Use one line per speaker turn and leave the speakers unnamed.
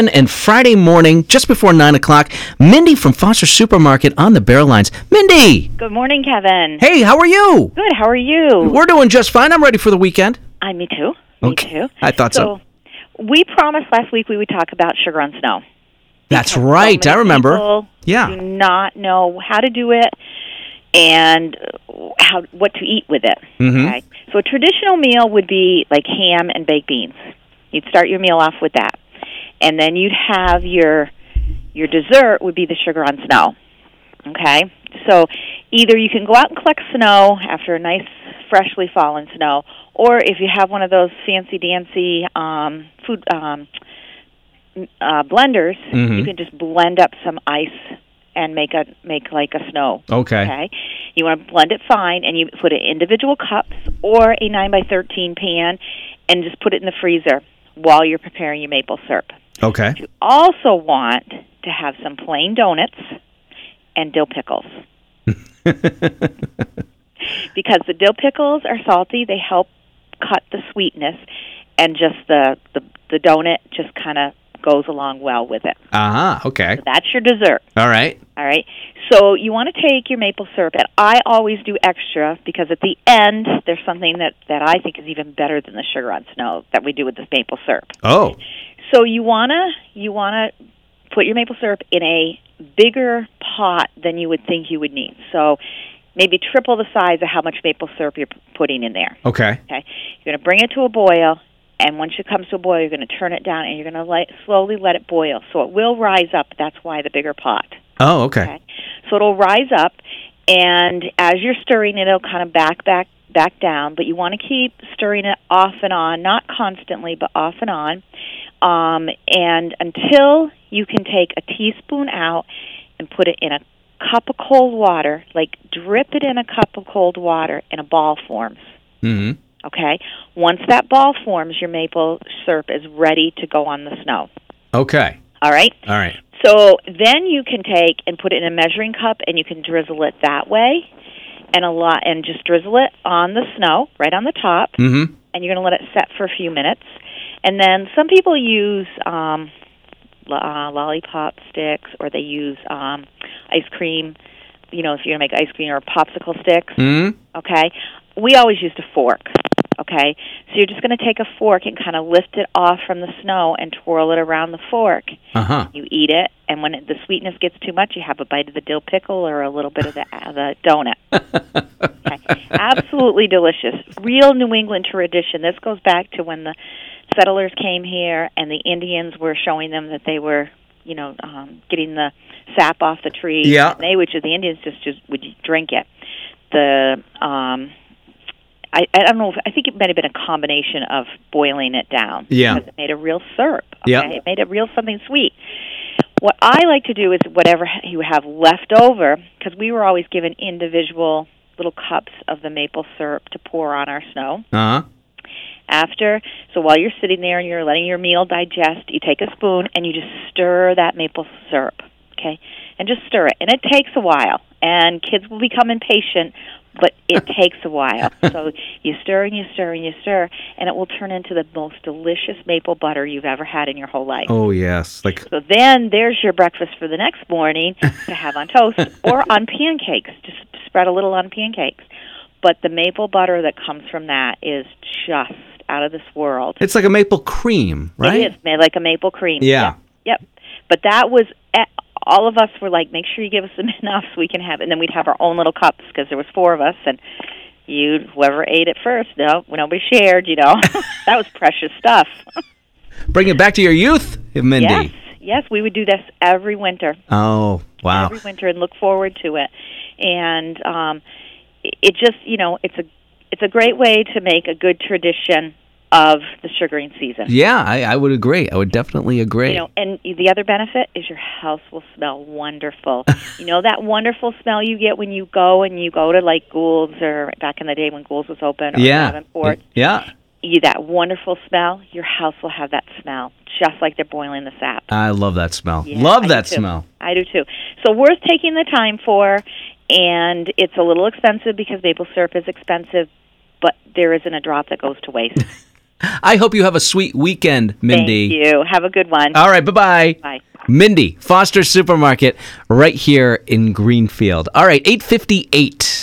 and Friday morning, just before 9 o'clock, Mindy from Foster Supermarket on the Barrel Lines. Mindy!
Good morning, Kevin.
Hey, how are you?
Good. How are you?
We're doing just fine. I'm ready for the weekend.
I me too. Me
Okay.
too.
I thought so.
We promised last week we would talk about sugar on snow.
That's
So
right.
many
I remember.
people
Yeah.
Do not know how to do it and how what to eat with it.
Mm-hmm.
Okay. So a traditional meal would be like ham and baked beans. You'd start your meal off with that, and then you'd have your your dessert would be the sugar on snow. Okay. So either you can go out and collect snow after a nice freshly fallen snow, or if you have one of those fancy dancy um, food um, uh, blenders, you can just blend up some ice and make a make like a snow.
Okay.
Okay. You want to blend it fine, and you put it in individual cups or a nine by thirteen pan, and just put it in the freezer while you're preparing your maple syrup.
Okay.
You also want to have some plain donuts and dill pickles. because the dill pickles are salty, they help cut the sweetness and just the the, the donut just kind of goes along well with it.
Uh huh. Okay.
That's your dessert.
All right.
All right. So you want to take your maple syrup, and I always do extra because at the end there's something that that I think is even better than the sugar on snow that we do with this maple syrup.
Oh.
So you wanna you wanna put your maple syrup in a bigger pot than you would think you would need. So maybe triple the size of how much maple syrup you're p- putting in there.
Okay.
Okay, you're going to bring it to a boil, and once it comes to a boil, you're going to turn it down and you're going to let slowly let it boil. So it will rise up. That's why the bigger pot.
Oh, okay.
Okay, so it'll rise up, and as you're stirring it, it'll kind of back back back down. But you want to keep stirring it off and on, not constantly, but off and on, um, and until you can take a teaspoon out and put it in a cup of cold water, like drip it in a cup of cold water, and a ball forms.
hmm
Okay. Once that ball forms, your maple syrup is ready to go on the snow.
Okay.
All right.
All right.
So then you can take and put it in a measuring cup, and you can drizzle it that way, and a lot, and just drizzle it on the snow right on the top,
Mm-hmm.
and you're going to let it set for a few minutes, and then some people use um, lo- uh, lollipop sticks, or they use um, ice cream. You know, if you're going to make ice cream or popsicle sticks
Mm-hmm.
okay? We always used a fork, okay? So you're just going to take a fork and kind of lift it off from the snow and twirl it around the fork.
Uh huh.
You eat it, and when it, the sweetness gets too much, you have a bite of the dill pickle or a little bit of the, uh, the donut. Okay. Absolutely delicious. Real New England tradition. This goes back to when the settlers came here and the Indians were showing them that they were, you know, um, getting the sap off the tree.
Yeah.
And they, which the Indians just, just would drink it. The um, I, I don't know. If, I think it might have been a combination of boiling it down.
Yeah.
Because it made a real syrup. Okay?
Yeah.
It made a real something sweet. What I like to do is whatever ha- you have left over, because we were always given individual little cups of the maple syrup to pour on our snow
Uh huh.
after. So while you're sitting there and you're letting your meal digest, you take a spoon and you just stir that maple syrup, okay? And just stir it. And it takes a while. And kids will become impatient, but it takes a while. So you stir and you stir and you stir, and it will turn into the most delicious maple butter you've ever had in your whole life.
Oh yes. Like
So then there's your breakfast for the next morning to have on toast or on pancakes. Just spread a little on pancakes. But the maple butter that comes from that is just out of this world.
it's like a maple cream, right?
It is made like a maple cream.
Yeah.
Yep. yep. But that was eh, all of us were like, make sure you give us some enough so we can have, and then we'd have our own little cups because there was four of us, and you whoever ate it first, no, nobody shared. You know, that was precious stuff.
Bring it back to your youth, Mindy.
Yes, yes, we would do this every winter.
Oh wow.
every winter and look forward to it. And um, it- it just you know it's a it's a great way to make a good tradition of the sugaring season.
Yeah, I, I would agree. I would definitely agree.
You know, and the other benefit is your house will smell wonderful. you know that wonderful smell you get when you go and you go to like Gould's or back in the day when Gould's was open or
yeah.
Davenport.
Yeah.
You that wonderful smell, your house will have that smell, just like they're boiling the sap.
I love that smell.
Yeah, I
love
do
that
too.
smell.
I do too. So worth taking the time for, and it's a little expensive because maple syrup is expensive, but there isn't a drop that goes to waste.
I hope you have a sweet weekend, Mindy.
Thank you. Have a good one.
All right, bye-bye.
Bye.
Mindy, Foster Supermarket, right here in Greenfield. All right, 858.